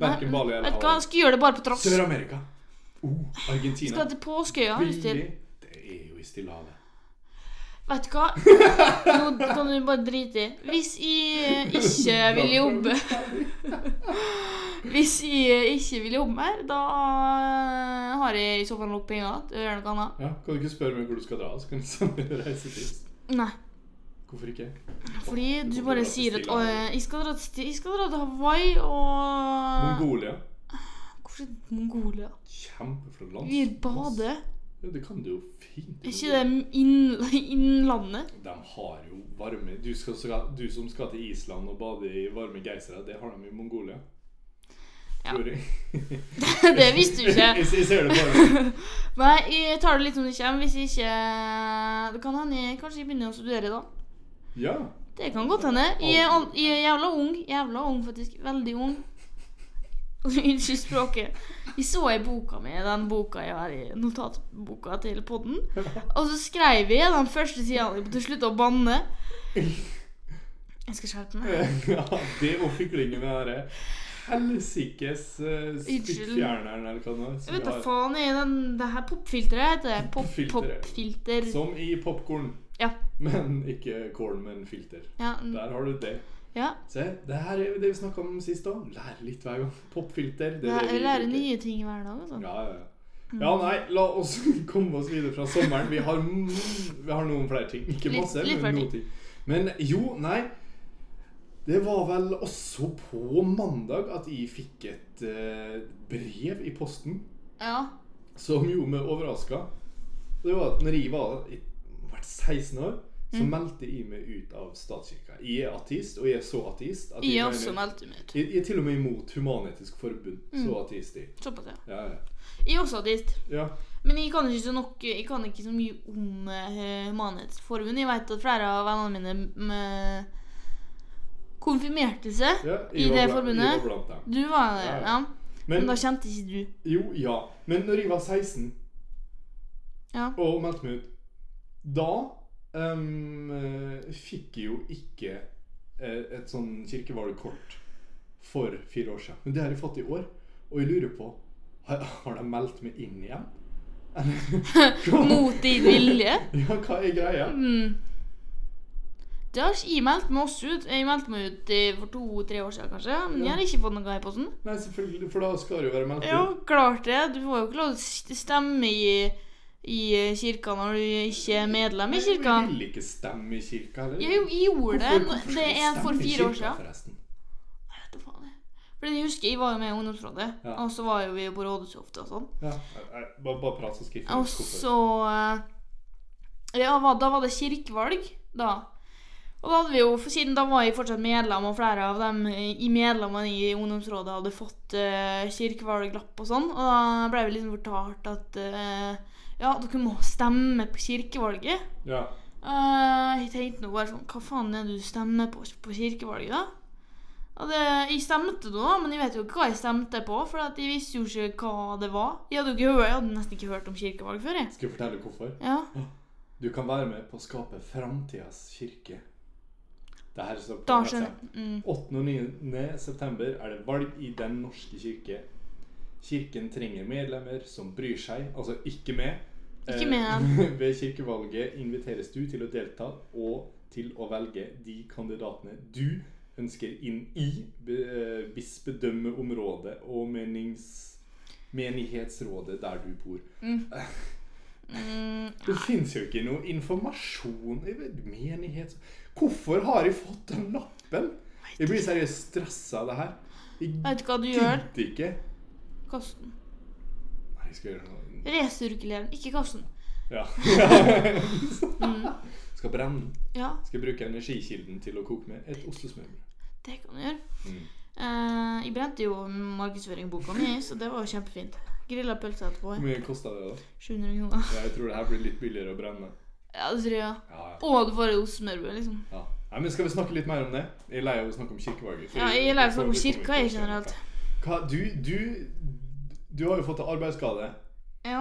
Speaker 2: Verken Bali eller
Speaker 1: Vet du hva,
Speaker 2: Hawaii.
Speaker 1: jeg skal gjøre det bare på trass.
Speaker 2: Sør-Amerika. Oh, Argentina.
Speaker 1: Skal til Påskeøya. har jeg lyst til.
Speaker 2: Billig. Det er jo i Stillehavet.
Speaker 1: Vet du hva, nå kan du bare drite i. Hvis jeg ikke vil jobbe Hvis jeg ikke vil jobbe mer, da eh, har jeg i så fall nok penger til å gjøre noe annet.
Speaker 2: Ja, Kan du ikke spørre meg hvor du skal dra, så kan jeg sende deg reisetips?
Speaker 1: Nei.
Speaker 2: Hvorfor ikke?
Speaker 1: Fordi du bare sier at å, eh, jeg, skal dra til, Sti- jeg skal dra til Hawaii og
Speaker 2: Mongolia.
Speaker 1: Hvor er Mongolia?
Speaker 2: Kjempeflott land.
Speaker 1: Vi bader.
Speaker 2: Ja, det kan du jo fint.
Speaker 1: Er ikke det inn, innlandet?
Speaker 2: De har jo varme du, skal, skal- du som skal til Island og bade i varme geysere, det har de i Mongolia.
Speaker 1: Ja.
Speaker 2: Tror jeg.
Speaker 1: Det visste du ikke.
Speaker 2: jeg, jeg ser det bare.
Speaker 1: Nei, jeg tar det litt som det kommer. Hvis jeg ikke Det kan hende jeg kanskje jeg begynner å studere, da.
Speaker 2: Ja.
Speaker 1: Det kan godt hende. Jeg er, al- jeg er jævla ung. Jævla ung, faktisk. Veldig ung. Unnskyld språket. Jeg så i boka mi, den boka jeg har i notatboka til podden, og så skrev jeg den første sida di til slutt å banne. Jeg skal skjerpe meg.
Speaker 2: ja, det og fiklingen med den der helsikes eh, spyttfjerneren eller hva det nå er.
Speaker 1: Jeg
Speaker 2: som
Speaker 1: vet
Speaker 2: vi
Speaker 1: da
Speaker 2: har.
Speaker 1: faen i den, det her popfilteret heter det. Pop,
Speaker 2: Popfilteret.
Speaker 1: popfilter.
Speaker 2: Som i popkorn.
Speaker 1: Ja.
Speaker 2: Men ikke korn, men filter.
Speaker 1: Ja, n-
Speaker 2: Der har du det.
Speaker 1: ja.
Speaker 2: Se, det her er jo det vi snakka om sist òg. Lære litt hver gang. Popfilter. Det er
Speaker 1: Jeg
Speaker 2: det vi
Speaker 1: lærer
Speaker 2: bruker.
Speaker 1: nye ting hver dag. Altså.
Speaker 2: Ja, ja, ja. Ja, nei, la oss komme oss videre fra sommeren. Vi har, mm, vi har noen flere ting. Ikke
Speaker 1: Litt-
Speaker 2: masse,
Speaker 1: litt flere
Speaker 2: men noen ting. Men jo, nei Det var vel også på mandag at jeg fikk et eh, brev i posten
Speaker 1: Ja.
Speaker 2: som gjorde meg overraska. Det var at når jeg var i- vært 16 år, så
Speaker 1: Mm.
Speaker 2: meldte jeg meg ut av statskirka. Jeg er ateist, og jeg er så ateist at
Speaker 1: Jeg
Speaker 2: mener-
Speaker 1: også meldte meg ut.
Speaker 2: jeg, jeg er til og med imot Human-Etisk Forbund.
Speaker 1: Mm.
Speaker 2: Så ateist jeg.
Speaker 1: Såpass, ja.
Speaker 2: Ja, ja.
Speaker 1: Jeg er også ateist.
Speaker 2: ja.
Speaker 1: Men jeg kan ikke så, nok, jeg kan ikke så mye om uh, Humanitetsforbundet. Jeg vet at flere av vennene mine mm, konfirmerte seg.
Speaker 2: Ja,
Speaker 1: I
Speaker 2: jeg var
Speaker 1: det forbundet?
Speaker 2: blant- Jeg var blant dem.
Speaker 1: Du var det,
Speaker 2: Ja, ja.
Speaker 1: ja. Men
Speaker 2: Men,
Speaker 1: da kjente ikke du.
Speaker 2: jo, ja. Men når jeg var 16
Speaker 1: Ja.
Speaker 2: og meldte meg ut, da ehm, eh, fikk jeg jo ikke eh, et sånn kirkevalgkort for fire år siden. Men det har jeg fått i år, og jeg lurer på Har, har de meldt meg inn igjen? Eller-
Speaker 1: Mot din vilje.
Speaker 2: ja, hva er greia?
Speaker 1: Mm. Det har ikke jeg meldt meg også ut. Jeg meldte meg ut eh, for to-tre år siden, kanskje. Men jeg har ikke fått noe i posten.
Speaker 2: Nei, selvfølgelig, for da skal det jo være meldt
Speaker 1: Ja,
Speaker 2: ut.
Speaker 1: klart det. Du får jo ikke lov til å st- stemme i, i eh, kirka når du ikke er medlem i kirka.
Speaker 2: Jeg vil ikke stemme i kirka heller.
Speaker 1: Jeg jo- jeg gjorde det.
Speaker 2: Hvorfor- hvorfor
Speaker 1: Det
Speaker 2: skal jeg
Speaker 1: er for
Speaker 2: stemme i
Speaker 1: fire år
Speaker 2: kirka,
Speaker 1: siden.
Speaker 2: forresten?
Speaker 1: Jeg vet da faen, jeg. Fordi jeg husker jeg var jo med i ungdomsrådet,
Speaker 2: Ja.
Speaker 1: og så var jo vi på rådhuset ofte og sånn.
Speaker 2: Ja. Nei, nei, Bare, bare prat, så skal jeg finne
Speaker 1: Og
Speaker 2: ut hvorfor.
Speaker 1: så eh, Ja, hva- da var det kirkevalg, da. Og da hadde vi jo, for siden da var jeg fortsatt medlem, og flere av dem eh, i medlemmene i ungdomsrådet hadde fått eh, kirkevalglapp og sånn, og da ble vi liksom fortalt at eh, ja, dere må stemme på kirkevalget.
Speaker 2: Ja.
Speaker 1: Eh, jeg tenkte nå bare sånn Hva faen er det du stemmer på på kirkevalget, da? Og det, jeg stemte da, men jeg vet jo ikke hva jeg stemte på. For at jeg visste jo ikke hva det var. Jeg hadde, jo ikke hørt, jeg hadde nesten ikke hørt om kirkevalg før. jeg
Speaker 2: Skal jeg fortelle hvorfor?
Speaker 1: Ja,
Speaker 2: Du kan være med på å skape framtidas kirke. Det her står på
Speaker 1: Da
Speaker 2: nettsida.
Speaker 1: skjønner jeg. Mm.
Speaker 2: 8. og 9. september er det valg i Den norske kirke. Kirken trenger medlemmer som bryr seg, altså ikke med.
Speaker 1: Ikke
Speaker 2: Eh,
Speaker 1: med.
Speaker 2: ved kirkevalget inviteres du til å delta og til å velge de kandidatene du ønsker inn i be- eh, bispedømmeområdet og menings, menighetsrådet der du bor.
Speaker 1: Mm.
Speaker 2: Det fins jo ikke noe informasjon i menighet Hvorfor har jeg fått den lappen? Jeg blir seriøst stressa av det her. Jeg
Speaker 1: Vet du hva du gjør?
Speaker 2: gidder ikke.
Speaker 1: Kast den.
Speaker 2: Nei, jeg skal gjøre noe
Speaker 1: Resirkuler den, ikke kast den.
Speaker 2: Ja.
Speaker 1: Mm.
Speaker 2: skal brenne den.
Speaker 1: Ja,
Speaker 2: Skal bruke energikilden til å koke med et ostesmørbrød.
Speaker 1: det kan du gjøre.
Speaker 2: Mm.
Speaker 1: Eh, jeg brente jo markedsføringboka mi, så det var jo kjempefint. Grilla pølse etterpå.
Speaker 2: Hvor mye kosta det, da?
Speaker 1: 700 kroner.
Speaker 2: Ja, jeg tror det her blir litt billigere å brenne.
Speaker 1: Ja, det tror jeg.
Speaker 2: Ja, ja.
Speaker 1: Og du får jo smørbrød, liksom.
Speaker 2: ja. Nei, men Skal vi snakke litt mer om det? Jeg er lei av å snakke om kirkevalget. for
Speaker 1: Ja, jeg er lei av å snakke om
Speaker 2: vi kommer
Speaker 1: kirka,
Speaker 2: ikke
Speaker 1: jeg,
Speaker 2: til å skjønne
Speaker 1: generelt.
Speaker 2: dette. Hva, du, du, du har jo fått arbeidsskade,
Speaker 1: Ja,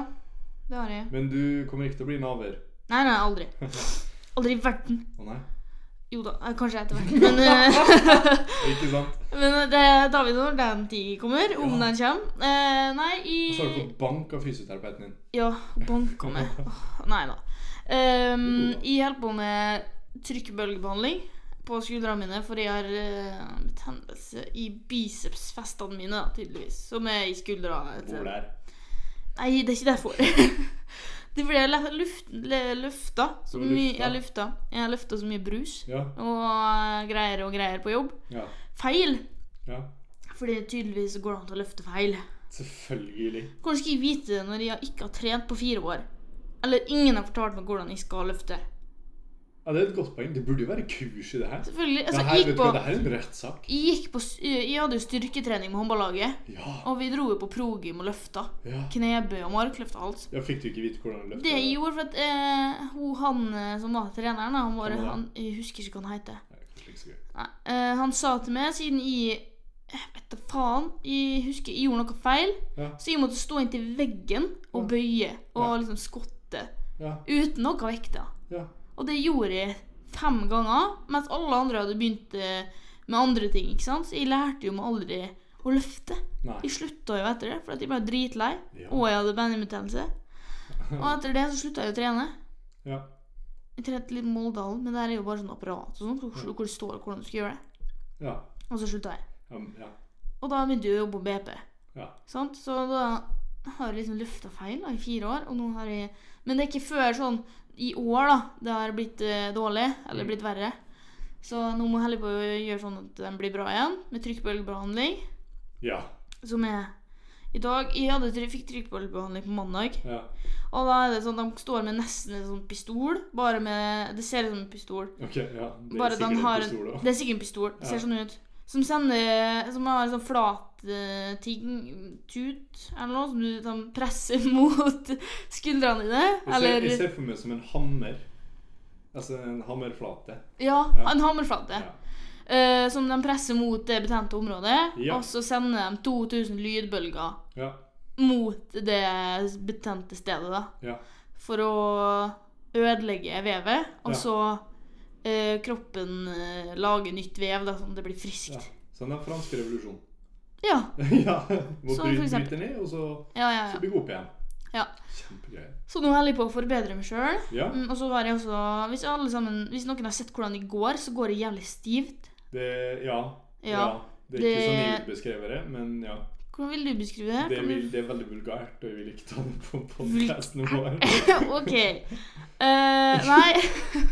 Speaker 1: det har jeg.
Speaker 2: men du kommer ikke til å bli naver.
Speaker 1: Nei, nei, aldri. Aldri i verden.
Speaker 2: Å nei?
Speaker 1: Jo da, eh, kanskje etter hvert. Men, eh,
Speaker 2: Ikke sant?
Speaker 1: men eh, det er David når den tid kommer, om
Speaker 2: Ja.
Speaker 1: den kommer. Eh, nei,
Speaker 2: Og så har du
Speaker 1: i
Speaker 2: fått bank av fysioterapeuten din.
Speaker 1: Ja, banka meg. Åh, Nei da. Ehm, jeg holder på med trykkbølgebehandling på skuldrene mine, for jeg har eh, betennelse i bicepsfestene mine, da, tydeligvis. Som er i skuldra. et-
Speaker 2: Hvor der?
Speaker 1: Nei, det er ikke derfor. det er fordi jeg løfta luft, le- lufta så
Speaker 2: Du
Speaker 1: mye.
Speaker 2: lufta.
Speaker 1: Jeg lufta. Jeg lufta så mye brus
Speaker 2: Ja.
Speaker 1: og eh, greier og greier på jobb.
Speaker 2: Ja.
Speaker 1: Feil!
Speaker 2: ja.
Speaker 1: Fordi tydeligvis går det an til å løfte feil.
Speaker 2: Selvfølgelig.
Speaker 1: Hvordan skal jeg vite det når jeg ikke har trent på fire år? Eller ingen har fortalt meg hvordan jeg skal løfte.
Speaker 2: Ja, Det er et godt poeng. Det burde jo være kurs i det her.
Speaker 1: Selvfølgelig,
Speaker 2: Det
Speaker 1: altså
Speaker 2: her,
Speaker 1: jeg
Speaker 2: vet
Speaker 1: gikk
Speaker 2: du
Speaker 1: på,
Speaker 2: hva, det her er en rettssak.
Speaker 1: jeg gikk på s- Jeg hadde jo styrketrening med håndballaget.
Speaker 2: Ja.
Speaker 1: Og vi dro jo på progym og løfta.
Speaker 2: ja.
Speaker 1: Knebøy og markløft og alt.
Speaker 2: Ja, Fikk du ikke vite hvordan du løfta?
Speaker 1: Det jeg gjorde for at eh, hun, han eh, som var treneren, da, han, var,
Speaker 2: Hvem var det?
Speaker 1: han, jeg husker ikke hva han heter.
Speaker 2: Nei, kanskje ikke så gøy.
Speaker 1: Nei, eh, han sa til meg, siden jeg jeg vet da faen, jeg husker jeg gjorde noe feil,
Speaker 2: Ja.
Speaker 1: så jeg måtte stå inntil veggen og bøye og
Speaker 2: Ja.
Speaker 1: liksom skotte
Speaker 2: Ja,
Speaker 1: uten noe vekter.
Speaker 2: ja.
Speaker 1: Og det gjorde jeg fem ganger, mens alle andre hadde begynt eh, med andre ting. ikke sant? Så jeg lærte jo meg aldri å løfte.
Speaker 2: Nei.
Speaker 1: Jeg slutta jo etter det, for at jeg ble dritlei,
Speaker 2: Ja.
Speaker 1: og jeg hadde bandybetennelse. Og etter det så slutta jeg å trene.
Speaker 2: Ja.
Speaker 1: Jeg trente litt Moldalen, men det her er jo bare sånn apparat og sånn, hvor, hvor det står hvordan du skal gjøre det.
Speaker 2: Ja.
Speaker 1: Og så slutta jeg.
Speaker 2: Ja. ja.
Speaker 1: Og da begynte jeg å jobbe på BP.
Speaker 2: Ja.
Speaker 1: Sant? Så da har jeg liksom lufta feil da, i fire år, og nå har jeg Men det er ikke før sånn i år da, det har blitt eh, dårlig, eller
Speaker 2: Mm.
Speaker 1: blitt verre. Så nå må jeg heller på å gjøre sånn at den blir bra igjen, med trykkbølgebehandling.
Speaker 2: ja.
Speaker 1: Som er i dag. Jeg hadde, try- fikk trykkbølgebehandling på mandag.
Speaker 2: ja.
Speaker 1: Og da er det sånn de står med nesten en sånn pistol. Bare med Det ser ut som en pistol.
Speaker 2: Ok, ja. Det er
Speaker 1: Bare at
Speaker 2: sikkert
Speaker 1: han
Speaker 2: en
Speaker 1: har en-
Speaker 2: pistol også.
Speaker 1: Det er sikkert en pistol. Det ser
Speaker 2: Ja.
Speaker 1: sånn ut. Som sender Som har en sånn flat eh, ting Tut eller noe som du sånn, presser mot skuldrene dine.
Speaker 2: Jeg ser,
Speaker 1: Eller
Speaker 2: jeg ser for meg som en hammer. Altså en hammerflate.
Speaker 1: Ja,
Speaker 2: Ja.
Speaker 1: en hammerflate. eh, som de presser mot det betente området.
Speaker 2: Ja.
Speaker 1: Og så sender de 2000 lydbølger
Speaker 2: Ja.
Speaker 1: mot det betente stedet, da.
Speaker 2: Ja.
Speaker 1: For å ødelegge vevet. Og
Speaker 2: Ja.
Speaker 1: så eh, kroppen eh, lager nytt vev, da, sånn at det blir
Speaker 2: ja.
Speaker 1: friskt.
Speaker 2: Sånn er fransk revolusjon.
Speaker 1: Ja.
Speaker 2: ja. Må
Speaker 1: Så for
Speaker 2: bryte,
Speaker 1: eksempel-
Speaker 2: bryte ned, og så,
Speaker 1: Ja, ja, ja.
Speaker 2: så bygge opp igjen.
Speaker 1: Ja.
Speaker 2: Kjempegreier.
Speaker 1: Så nå holder jeg på å forbedre meg sjøl.
Speaker 2: Ja.
Speaker 1: Og så var jeg også hvis, alle sammen, hvis noen har sett hvordan det går, så går det jævlig stivt.
Speaker 2: Det Ja.
Speaker 1: Ja.
Speaker 2: Det er ikke sånn jeg
Speaker 1: Det-
Speaker 2: vil beskrive det, men ja.
Speaker 1: Hvordan vil du beskrive det?
Speaker 2: Det,
Speaker 1: Kan
Speaker 2: vil,
Speaker 1: du-
Speaker 2: det er veldig vulgært, og jeg vil ikke ta det på
Speaker 1: Vul-
Speaker 2: podkasten vår.
Speaker 1: OK. Eh, nei.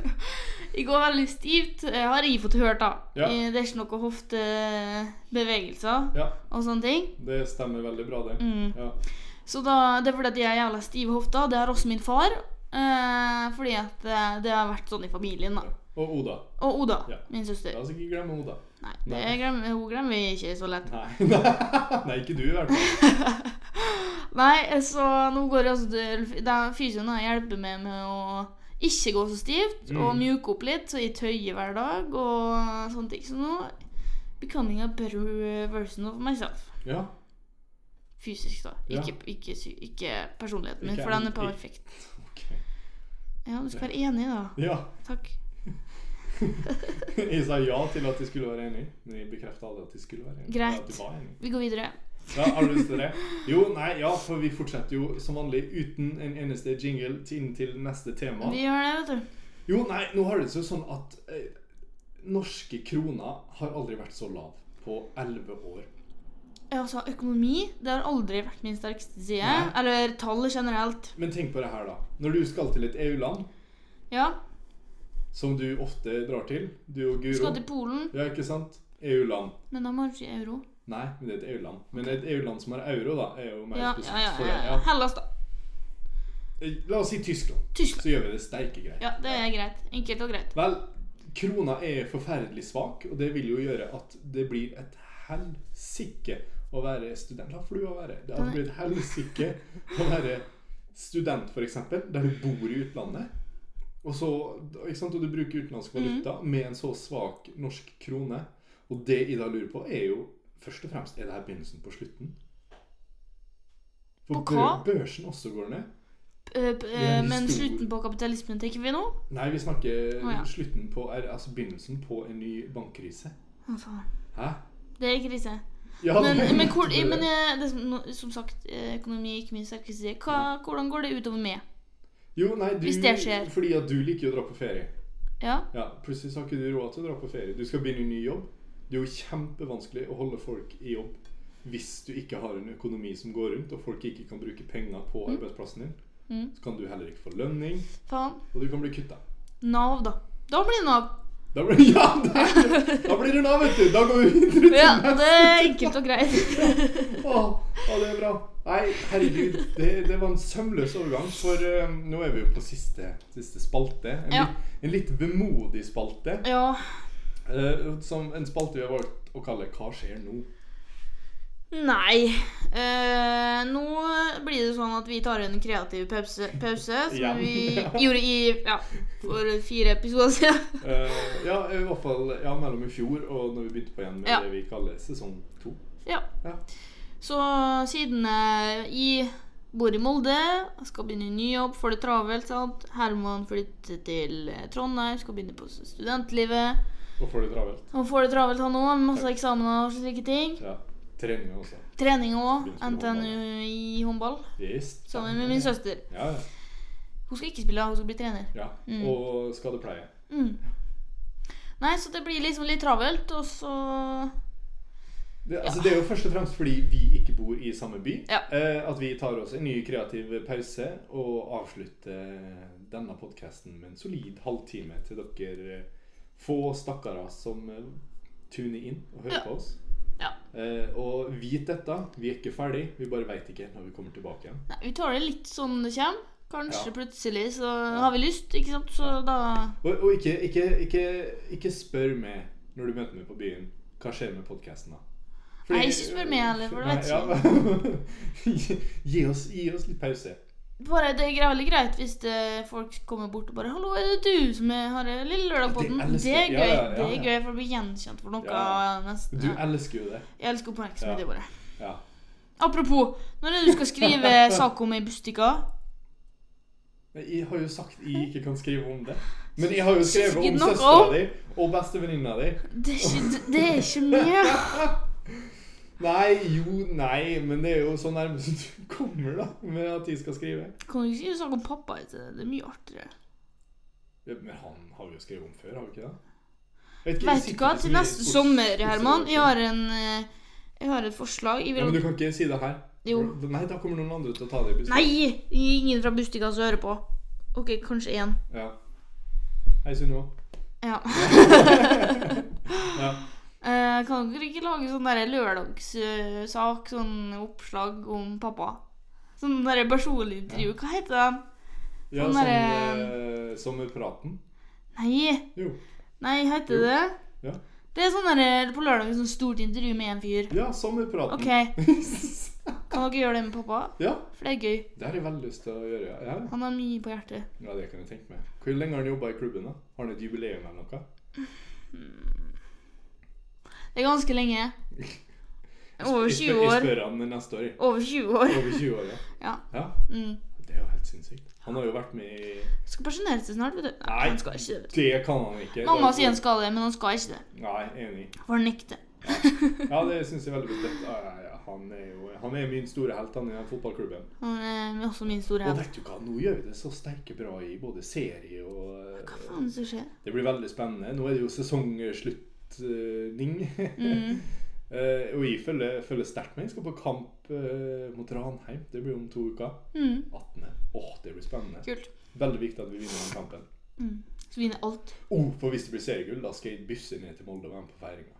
Speaker 1: Det går veldig stivt, eh, har jeg fått hørt, da.
Speaker 2: Ja.
Speaker 1: Eh, Det er ikke noe hoftebevegelser
Speaker 2: Ja,
Speaker 1: og sånne ting.
Speaker 2: det stemmer veldig bra, det.
Speaker 1: Mm.
Speaker 2: Ja.
Speaker 1: Så da, Det er fordi at jeg har jævla stive hofter. Det har også min far. Eh, fordi at eh, det har vært sånn i familien. da
Speaker 2: Og Oda.
Speaker 1: Og Oda,
Speaker 2: Ja.
Speaker 1: min søster.
Speaker 2: La oss ikke glemme Oda.
Speaker 1: Nei, det glemmer, Hun glemmer vi ikke så lett.
Speaker 2: Nei. Nei, ikke du i hvert fall.
Speaker 1: Nei, eh, så nå går jeg altså til da Fysioen da hjelper meg med å ikke gå så stivt og
Speaker 2: Mm.
Speaker 1: mjuke opp litt, så jeg tøyer hver dag og sånne ting. Så nå Becoming a better version of myself.
Speaker 2: Ja.
Speaker 1: Fysisk, da.
Speaker 2: Ja.
Speaker 1: Ikke, ikke, sy- ikke personligheten min,
Speaker 2: Ikke
Speaker 1: for den
Speaker 2: en-
Speaker 1: er perfekt.
Speaker 2: Ok.
Speaker 1: Ja, du skal være enig, da.
Speaker 2: Ja.
Speaker 1: Takk.
Speaker 2: Jeg sa ja til at de skulle være enige, men jeg bekrefta aldri at de skulle være enige.
Speaker 1: Greit.
Speaker 2: At de var enige.
Speaker 1: Vi går videre.
Speaker 2: Ja, har du lyst til det? Jo, nei, ja, for vi fortsetter jo som vanlig uten en eneste jingle til- inn til neste tema.
Speaker 1: Vi gjør det, vet du.
Speaker 2: Jo, nei, nå har det seg sånn at eh, norske kroner har aldri vært så lav på 11 år.
Speaker 1: Ja, Altså, økonomi det har aldri vært min sterkeste side.
Speaker 2: Nei.
Speaker 1: Eller tallet generelt.
Speaker 2: Men tenk på det her, da. Når du skal til et EU-land,
Speaker 1: Ja.
Speaker 2: som du ofte drar til Du og
Speaker 1: Du
Speaker 2: Guro.
Speaker 1: skal til Polen,
Speaker 2: Ja, ikke sant? EU-land.
Speaker 1: men da må du ikke euro.
Speaker 2: Nei, men det er et EU-land. Men et EU-land som har euro, da, er jo mer
Speaker 1: Ja, ja,
Speaker 2: spesielt
Speaker 1: ja,
Speaker 2: for
Speaker 1: ja,
Speaker 2: det.
Speaker 1: ja. Hellas, da.
Speaker 2: Eh, La oss si Tyskland.
Speaker 1: Tyskland.
Speaker 2: Så gjør vi det steike greit.
Speaker 1: Ja, det er greit. Enkelt og greit.
Speaker 2: Vel, krona er forferdelig svak, og det vil jo gjøre at det blir et helsike å være student. La flua være. Det hadde blitt et helsike å være student, f.eks., der du bor i utlandet. Og, så, ikke sant? og du bruker utenlandsk
Speaker 1: Mm.
Speaker 2: valuta med en så svak norsk krone. Og det jeg da lurer på, er jo først og fremst Er det her begynnelsen på slutten? For
Speaker 1: På hva?
Speaker 2: bør- børsen også går ned.
Speaker 1: Eh, p-
Speaker 2: er
Speaker 1: eh, Men
Speaker 2: historie.
Speaker 1: slutten på kapitalismen tenker vi nå?
Speaker 2: Nei, vi snakker
Speaker 1: Å, ja.
Speaker 2: slutten på, altså begynnelsen på en ny bankkrise.
Speaker 1: Å, faen.
Speaker 2: Hæ?
Speaker 1: Det er krise.
Speaker 2: Ja,
Speaker 1: Men,
Speaker 2: det-
Speaker 1: men, hvor, men eh, det, er som- nå- som sagt, eh, økonomi er ikke min sterkeste side. Hva, hvordan går det utover meg?
Speaker 2: jo, nei, du,
Speaker 1: hvis det skjer.
Speaker 2: Fordi at du liker jo å dra på ferie.
Speaker 1: Ja,
Speaker 2: Ja, Plutselig så har ikke du råd til å dra på ferie. Du skal begynne i ny jobb. Det er jo kjempevanskelig å holde folk i jobb hvis du ikke har en økonomi som går rundt, og folk ikke kan bruke penger på arbeidsplassen din.
Speaker 1: Mm.
Speaker 2: Så kan du heller ikke få lønning,
Speaker 1: faen.
Speaker 2: og du kan bli kutta.
Speaker 1: Nav, da. Da blir det Nav.
Speaker 2: Da blir, ja, da, da blir det Nav, vet du! Da går vi videre til
Speaker 1: Ja, det er enkelt og greit.
Speaker 2: Å, å, det er bra. Nei, herregud. Det, det var en sømløs overgang, for eh, nå er vi jo på siste, siste spalte. En,
Speaker 1: Ja.
Speaker 2: litt, en litt vemodig spalte.
Speaker 1: Ja.
Speaker 2: eh, som en spalte vi har valgt å kalle 'Hva skjer nå?'
Speaker 1: Nei. Eh, nå blir det sånn at vi tar en kreativ pause, pause som
Speaker 2: Igjen.
Speaker 1: vi
Speaker 2: Ja.
Speaker 1: gjorde i Ja, for fire episoder siden.
Speaker 2: Eh, ja, i hvert fall ja, mellom i fjor og når vi begynte på igjen med
Speaker 1: Ja.
Speaker 2: det vi kaller sesong to.
Speaker 1: Ja.
Speaker 2: Ja.
Speaker 1: Så siden eh, i Bor i Molde, skal begynne i ny jobb, får det travelt. sant? Herman flytter til eh, Trondheim, skal begynne på studentlivet.
Speaker 2: Og får det travelt.
Speaker 1: Han får det travelt, han òg, med masse eksamener og slike ting.
Speaker 2: Ja. Treninger også.
Speaker 1: Trening òg.
Speaker 2: Spiller
Speaker 1: NTNU i håndball.
Speaker 2: Yes.
Speaker 1: Sammen med min søster.
Speaker 2: Ja, ja.
Speaker 1: Hun skal ikke spille, hun skal bli trener.
Speaker 2: ja.
Speaker 1: Mm.
Speaker 2: Og skadepleie.
Speaker 1: Mm. Nei, så det blir liksom litt travelt, og så
Speaker 2: Det, altså, det er jo først og fremst fordi vi ikke bor i samme by.
Speaker 1: Ja.
Speaker 2: Eh, at vi tar oss en ny kreativ pause og avslutter denne podkasten med en solid halvtime til dere eh, få stakkarer som eh, tuner inn og hører
Speaker 1: Ja.
Speaker 2: på oss.
Speaker 1: Ja.
Speaker 2: Eh, og vit dette, vi er ikke ferdig, vi bare veit ikke når vi kommer tilbake igjen.
Speaker 1: Nei, vi tar det litt som det kommer. Kanskje
Speaker 2: Ja.
Speaker 1: plutselig så har vi lyst, ikke sant? Så da
Speaker 2: Og, og ikke, ikke, ikke, ikke spør meg når du møter meg på byen, hva skjer med podkasten da?
Speaker 1: Nei, ikke spør meg heller, for det
Speaker 2: vet ikke. gi, oss, gi oss litt pause.
Speaker 1: Bare Det er gre- veldig greit hvis det, folk kommer bort og bare 'Hallo, er det du som er, har en Lille lørdag på
Speaker 2: Det
Speaker 1: den?'
Speaker 2: elsker-
Speaker 1: Det er
Speaker 2: ja,
Speaker 1: gøy.
Speaker 2: ja, ja,
Speaker 1: Det er
Speaker 2: ja.
Speaker 1: gøy for å bli gjenkjent for noe
Speaker 2: Ja.
Speaker 1: nesten.
Speaker 2: Du
Speaker 1: Ja.
Speaker 2: elsker jo det.
Speaker 1: Jeg elsker oppmerksomhet,
Speaker 2: Ja.
Speaker 1: jeg bare.
Speaker 2: Ja.
Speaker 1: Apropos, når er det du skal skrive sak om ei Bustika?
Speaker 2: Men Jeg har jo sagt jeg ikke kan skrive om det. Men jeg har jo skrevet om
Speaker 1: Sikkert noe
Speaker 2: søstera
Speaker 1: om-
Speaker 2: di og bestevenninna di.
Speaker 1: Det er ikke, det er ikke mye.
Speaker 2: Nei, jo, nei, men det er jo så nærme som du kommer, da, med at jeg skal skrive.
Speaker 1: Kan du ikke skrive sak om pappa? i stedet? Det er mye artigere.
Speaker 2: Ja, Men han har vi jo skrevet om før, har vi ikke det? Jeg ikke, jeg
Speaker 1: Vet du
Speaker 2: sitter
Speaker 1: hva,
Speaker 2: så
Speaker 1: til
Speaker 2: mye i
Speaker 1: neste
Speaker 2: sports-
Speaker 1: sommer, Herman,
Speaker 2: sportsredaksjon.
Speaker 1: jeg har en eh, Jeg har et forslag. Jeg
Speaker 2: Ja, Men
Speaker 1: vil
Speaker 2: du kan ikke si det her.
Speaker 1: Jo.
Speaker 2: Nei, da kommer noen andre til å ta det i beslag.
Speaker 1: Nei! Ingen fra Bustika som hører på. OK, kanskje én.
Speaker 2: Ja. Hei, Sunniva.
Speaker 1: Ja.
Speaker 2: Ja.
Speaker 1: Eh, kan dere ikke lage sånn der lørdagssak, sånn oppslag om pappa? Sånn der personlig intervju. Hva heter den?
Speaker 2: ja,
Speaker 1: Sånn
Speaker 2: sånn
Speaker 1: er
Speaker 2: eh, Sommerpraten.
Speaker 1: Nei,
Speaker 2: Jo.
Speaker 1: nei, heter
Speaker 2: Jo.
Speaker 1: det
Speaker 2: Ja.
Speaker 1: Det er sånn der på lørdag sånn stort intervju med en fyr.
Speaker 2: Ja, Sommerpraten.
Speaker 1: OK, kan dere gjøre det med pappa?
Speaker 2: ja,
Speaker 1: For det er gøy.
Speaker 2: det har jeg veldig lyst til å gjøre. ja. Ja.
Speaker 1: Han har mye på hjertet.
Speaker 2: Ja, det kan jeg tenke meg. Hvor lenge har han jobba i klubben? da? Har han et jubileum eller noe?
Speaker 1: Det er ganske lenge. Over
Speaker 2: Jeg spør-
Speaker 1: 20
Speaker 2: Jeg
Speaker 1: år.
Speaker 2: spør han neste år. jeg.
Speaker 1: Over 20 år.
Speaker 2: Over 20 år, ja.
Speaker 1: Ja.
Speaker 2: ja.
Speaker 1: Mm.
Speaker 2: Det er jo helt sinnssykt. Han har jo vært med i
Speaker 1: Skal pensjonere seg snart, vet du. Nei,
Speaker 2: Nei.
Speaker 1: han skal ikke det. vet
Speaker 2: Det kan han ikke.
Speaker 1: du. Mamma
Speaker 2: Da-
Speaker 1: sier han skal det, men han skal ikke det.
Speaker 2: Nei, enig.
Speaker 1: For han nekter.
Speaker 2: Ja, det syns jeg er veldig godt. Ja, ja, ja. Han er jo han er min store helt, han i den fotballklubben.
Speaker 1: Han eh, er også min store
Speaker 2: Og
Speaker 1: hevn.
Speaker 2: vet du hva, nå gjør vi det så steike bra i både serie og
Speaker 1: Hva faen som skjer?
Speaker 2: Det blir veldig spennende. Nå er det jo sesongslutning.
Speaker 1: Mm.
Speaker 2: Eh, og jeg følger, følger sterkt med. Jeg skal på kamp eh, mot Ranheim. Det blir om to uker.
Speaker 1: Mm.
Speaker 2: 18. Åh, det blir spennende.
Speaker 1: Kult.
Speaker 2: Veldig viktig at vi vinner den kampen.
Speaker 1: Mm. Så vinner alt.
Speaker 2: Oh, for hvis det blir seriegull, da skal jeg busse ned til Molde og være med på feiringa.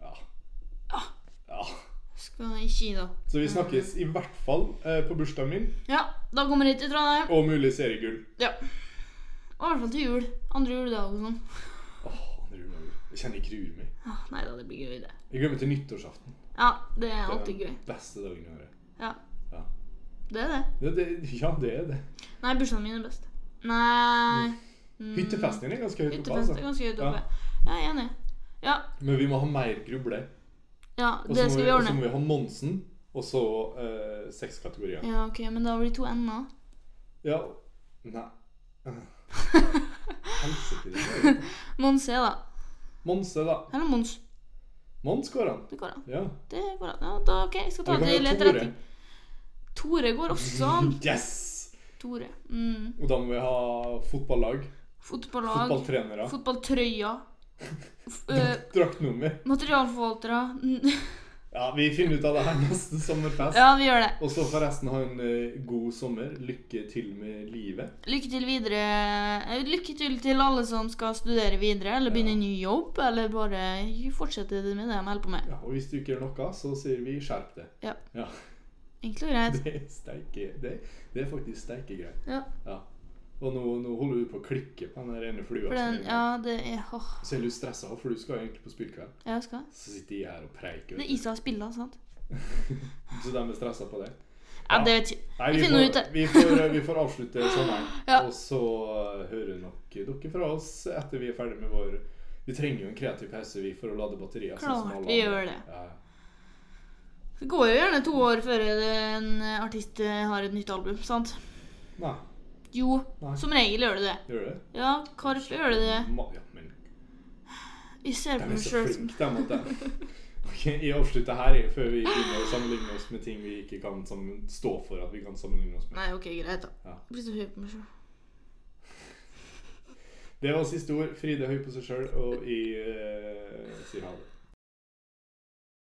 Speaker 2: Ja.
Speaker 1: Ah.
Speaker 2: ja.
Speaker 1: Skal i Kina.
Speaker 2: Så vi snakkes i hvert fall eh, på bursdagen min,
Speaker 1: Ja, da kommer jeg til Trondheim.
Speaker 2: og mulig seriegull.
Speaker 1: Ja. Og i hvert fall til jul. Andre juledag og sånn.
Speaker 2: Åh, andre juledag. Jeg kjenner jeg gruer meg.
Speaker 1: Ah, nei da, det blir gøy, det.
Speaker 2: Jeg gleder meg til nyttårsaften.
Speaker 1: Ja, det er
Speaker 2: Det
Speaker 1: alltid
Speaker 2: er
Speaker 1: gøy.
Speaker 2: den beste dagen i året.
Speaker 1: Ja.
Speaker 2: Ja.
Speaker 1: Det er det.
Speaker 2: Det, det, ja, det er det.
Speaker 1: Nei, bursdagen min er best. Nei mm.
Speaker 2: Hyttefesten din er ganske høyt oppe.
Speaker 1: Hyttefest er
Speaker 2: Altså.
Speaker 1: ganske høyt
Speaker 2: Ja.
Speaker 1: oppe. Jeg er enig. Ja,
Speaker 2: Men vi må ha mer gruble.
Speaker 1: ja
Speaker 2: Og så
Speaker 1: det
Speaker 2: må,
Speaker 1: skal
Speaker 2: vi-
Speaker 1: vi
Speaker 2: og så
Speaker 1: ordne.
Speaker 2: må vi ha Monsen, og så eh, seks kategorier.
Speaker 1: Ja, ok, men da blir det to ender.
Speaker 2: Ja Nei. Helsike. det er jo-
Speaker 1: Monse, da.
Speaker 2: Monse, da.
Speaker 1: Eller Mons.
Speaker 2: Mons går han.
Speaker 1: Det går an.
Speaker 2: Ja.
Speaker 1: Det går an. Ja, da, ok, jeg skal ta
Speaker 2: Eller kan
Speaker 1: det
Speaker 2: vi
Speaker 1: i
Speaker 2: ha
Speaker 1: lett
Speaker 2: Tore?
Speaker 1: retning. Tore går også an.
Speaker 2: Yes!
Speaker 1: Tore. Mm.
Speaker 2: Og da må vi ha fotballag.
Speaker 1: Fotballag.
Speaker 2: Fotballtrenere.
Speaker 1: Fotballtrøya. F- eh,
Speaker 2: Draktnummer.
Speaker 1: Materialforvaltere. Mm.
Speaker 2: Ja, vi finner ut av det her neste sommerfest.
Speaker 1: Ja, vi gjør det.
Speaker 2: Og så forresten ha en eh, god sommer. Lykke til med livet.
Speaker 1: Lykke til videre. eh, Lykke til til alle som skal studere videre, eller begynne
Speaker 2: Ja.
Speaker 1: i ny jobb, eller bare fortsette med det de holder på med.
Speaker 2: Ja, og hvis du ikke gjør noe, så sier vi skjerp deg.
Speaker 1: Enkelt og greit.
Speaker 2: Det er steike Det, det er faktisk steike greit.
Speaker 1: Ja.
Speaker 2: Ja. Og nå, nå holder du på å klikke på den der ene flua.
Speaker 1: For
Speaker 2: som
Speaker 1: den,
Speaker 2: er-
Speaker 1: ja, det er åh,
Speaker 2: Så er du stressa, for du skal jo egentlig på spillkveld.
Speaker 1: Jeg skal.
Speaker 2: Så sitter jeg her og
Speaker 1: Det
Speaker 2: preiker.
Speaker 1: er
Speaker 2: vet
Speaker 1: Isa spiller, sant?
Speaker 2: du. Så de er stressa på det.
Speaker 1: Ja,
Speaker 2: Ja.
Speaker 1: det vet ikke.
Speaker 2: Nei,
Speaker 1: Vi
Speaker 2: vi,
Speaker 1: finner ut
Speaker 2: får,
Speaker 1: det.
Speaker 2: vi, får, vi får avslutte sommeren.
Speaker 1: Ja.
Speaker 2: Og så eh, hører nok dere fra oss etter vi er ferdig med vår Vi trenger jo en kreativ pause vi for å lade batterier. sånn som
Speaker 1: Klart
Speaker 2: alle
Speaker 1: vi
Speaker 2: andre.
Speaker 1: gjør det.
Speaker 2: Ja.
Speaker 1: Det går jo gjerne to år før en artist eh, har et nytt album, sant?
Speaker 2: Nei.
Speaker 1: Jo,
Speaker 2: Nei.
Speaker 1: som regel gjør det det.
Speaker 2: Gjør det?
Speaker 1: Ja, Karpe gjør det det.
Speaker 2: Ma- Ja, men
Speaker 1: Vi ser på
Speaker 2: de er
Speaker 1: meg
Speaker 2: så
Speaker 1: sjøl som
Speaker 2: flinke, de. at de- Ok, Jeg avslutter her jeg, før vi begynner å sammenligne oss med ting vi ikke kan sammen- stå for at vi kan sammenligne oss med.
Speaker 1: Nei, ok, greit, da.
Speaker 2: Ja.
Speaker 1: Jeg blir så høy på meg sjøl.
Speaker 2: Det var siste ord. Fride er høy på seg sjøl, og jeg eh, sier ha det.